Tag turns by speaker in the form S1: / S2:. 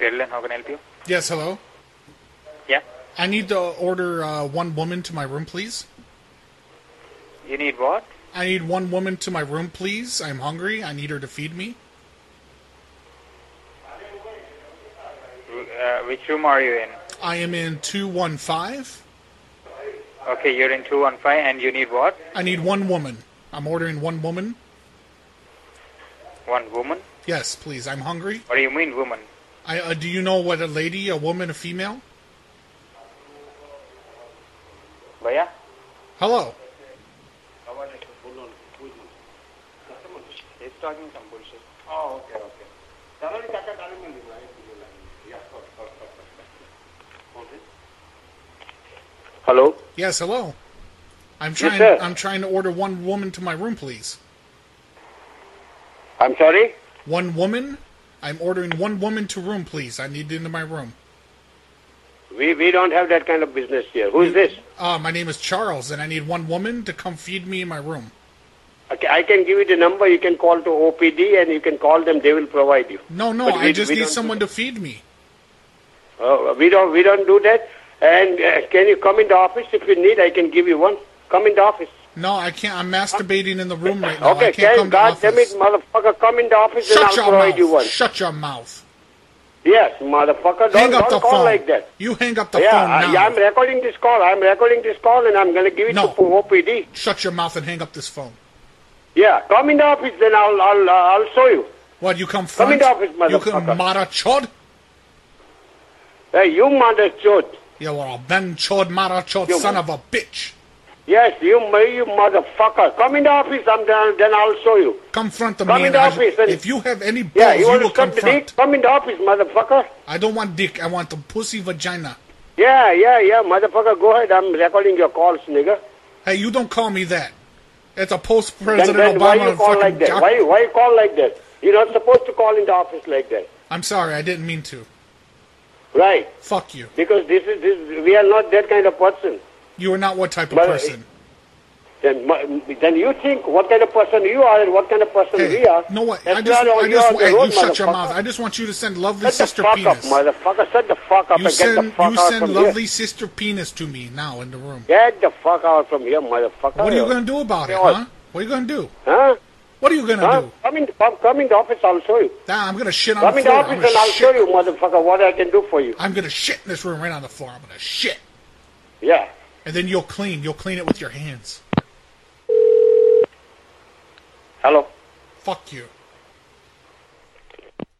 S1: Madeline, how can I help you?
S2: Yes, hello.
S1: Yeah.
S2: I need to order uh, one woman to my room, please.
S1: You need what?
S2: I need one woman to my room, please. I'm hungry. I need her to feed me.
S1: Uh, which room are you in?
S2: I am in 215.
S1: Okay, you're in 215 and you need what?
S2: I need one woman. I'm ordering one woman.
S1: One woman?
S2: Yes, please. I'm hungry.
S1: What do you mean woman?
S2: I uh, do you know what a lady, a woman, a female?
S1: Bhaiya?
S2: Hello.
S1: He's talking some bullshit. Oh, Hello?
S2: Yes, hello. I'm trying.
S1: sir.
S2: I'm trying to order one woman to my room, please.
S1: I'm sorry?
S2: One woman. I'm ordering one woman to room, please. I need into my room.
S3: We, we don't have that kind of business here. Who is this?
S2: Uh, my name is Charles, and I need one woman to come feed me in my room.
S3: Okay, I can give you the number. You can call to OPD and you can call them. They will provide you.
S2: No, no.
S3: But
S2: I
S3: we-
S2: just
S3: we
S2: need
S3: don't do
S2: someone to feed me.
S3: Uh, we don't we don't do that. And uh, can you come in the office if you need? I can give you one. Come in the office.
S2: No, I can't. I'm masturbating in the room right now. I
S3: okay,
S2: can't come
S3: thank
S2: to
S3: God damn
S2: office.
S3: it, motherfucker. Come in the office and
S2: Shut
S3: I'll
S2: your
S3: provide
S2: mouth.
S3: you one.
S2: Shut your mouth.
S3: Yes, motherfucker. Don't,
S2: hang up
S3: don't
S2: the
S3: call
S2: phone.
S3: like that.
S2: You hang up the
S3: yeah,
S2: phone
S3: I,
S2: now.
S3: yeah, I'm recording this call. I'm recording this call and I'm going to give it
S2: No.
S3: to OPD.
S2: Shut your mouth and hang up this phone.
S3: Yeah, come in the office then I'll I'll, uh, I'll show you.
S2: What, you come
S3: Come
S2: front?
S3: in the office,
S2: you come
S3: motherfucker.
S2: mara chod?
S3: Hey, you mother chode.
S2: You are a ben chod, mara chod,
S3: You-
S2: son of a bitch.
S3: Yes, you, you motherfucker. Come in the office, I'm done, um, then I'll show you.
S2: Come front to
S3: Come
S2: me.
S3: in the
S2: and I-
S3: office and-
S2: if you have any balls,
S3: Yeah, you
S2: you
S3: want
S2: will
S3: to
S2: come
S3: cut the
S2: front.
S3: dick? Come in the office, motherfucker.
S2: I don't want dick. I want the pussy vagina.
S3: Yeah, yeah, yeah, motherfucker, go ahead. I'm recording your calls, nigga.
S2: Hey, you don't call me that. It's a post
S3: Then,
S2: President
S3: then
S2: Obama
S3: why you call
S2: fucking
S3: like
S2: jock-
S3: that? Why, why you call like that? You're not supposed to call in the office like that.
S2: I'm sorry. I didn't mean to.
S3: Right,
S2: Fuck you.
S3: because this is, this, we are not that kind of person.
S2: You are not what type of
S3: But- uh,
S2: person.
S3: Then, mu- then you think what kind of person you are and what kind of person
S2: Hey,
S3: we are.
S2: no what?
S3: And
S2: I
S3: you
S2: just,
S3: are on-
S2: I
S3: oh, you are
S2: just,
S3: on the
S2: hey,
S3: road,
S2: you shut your
S3: motherfucker.
S2: mouth. I just want you to send lovely
S3: Shut
S2: sister
S3: the fuck
S2: penis.
S3: up, motherfucker. Shut the fuck up
S2: you
S3: and get the
S2: send,
S3: fuck
S2: you
S3: out
S2: send
S3: from
S2: lovely
S3: here.
S2: sister penis to me now in the room.
S3: Get the fuck out from here, motherfucker.
S2: What are you gonna do about it,
S3: Yeah.
S2: huh? What are you gonna do?
S3: Huh?
S2: What are you gonna
S3: Huh?
S2: do?
S3: Come in, come, come in the office, I'll show you.
S2: Nah, I'm gonna shit on
S3: Come
S2: the
S3: in the
S2: floor. I'm
S3: office
S2: gonna
S3: and I'll
S2: shit.
S3: show you, motherfucker, what I can do for you.
S2: I'm gonna shit in this room right on the floor. I'm gonna shit,
S3: Yeah.
S2: and then you'll clean. You'll clean it with your hands.
S3: Hello.
S2: Fuck you.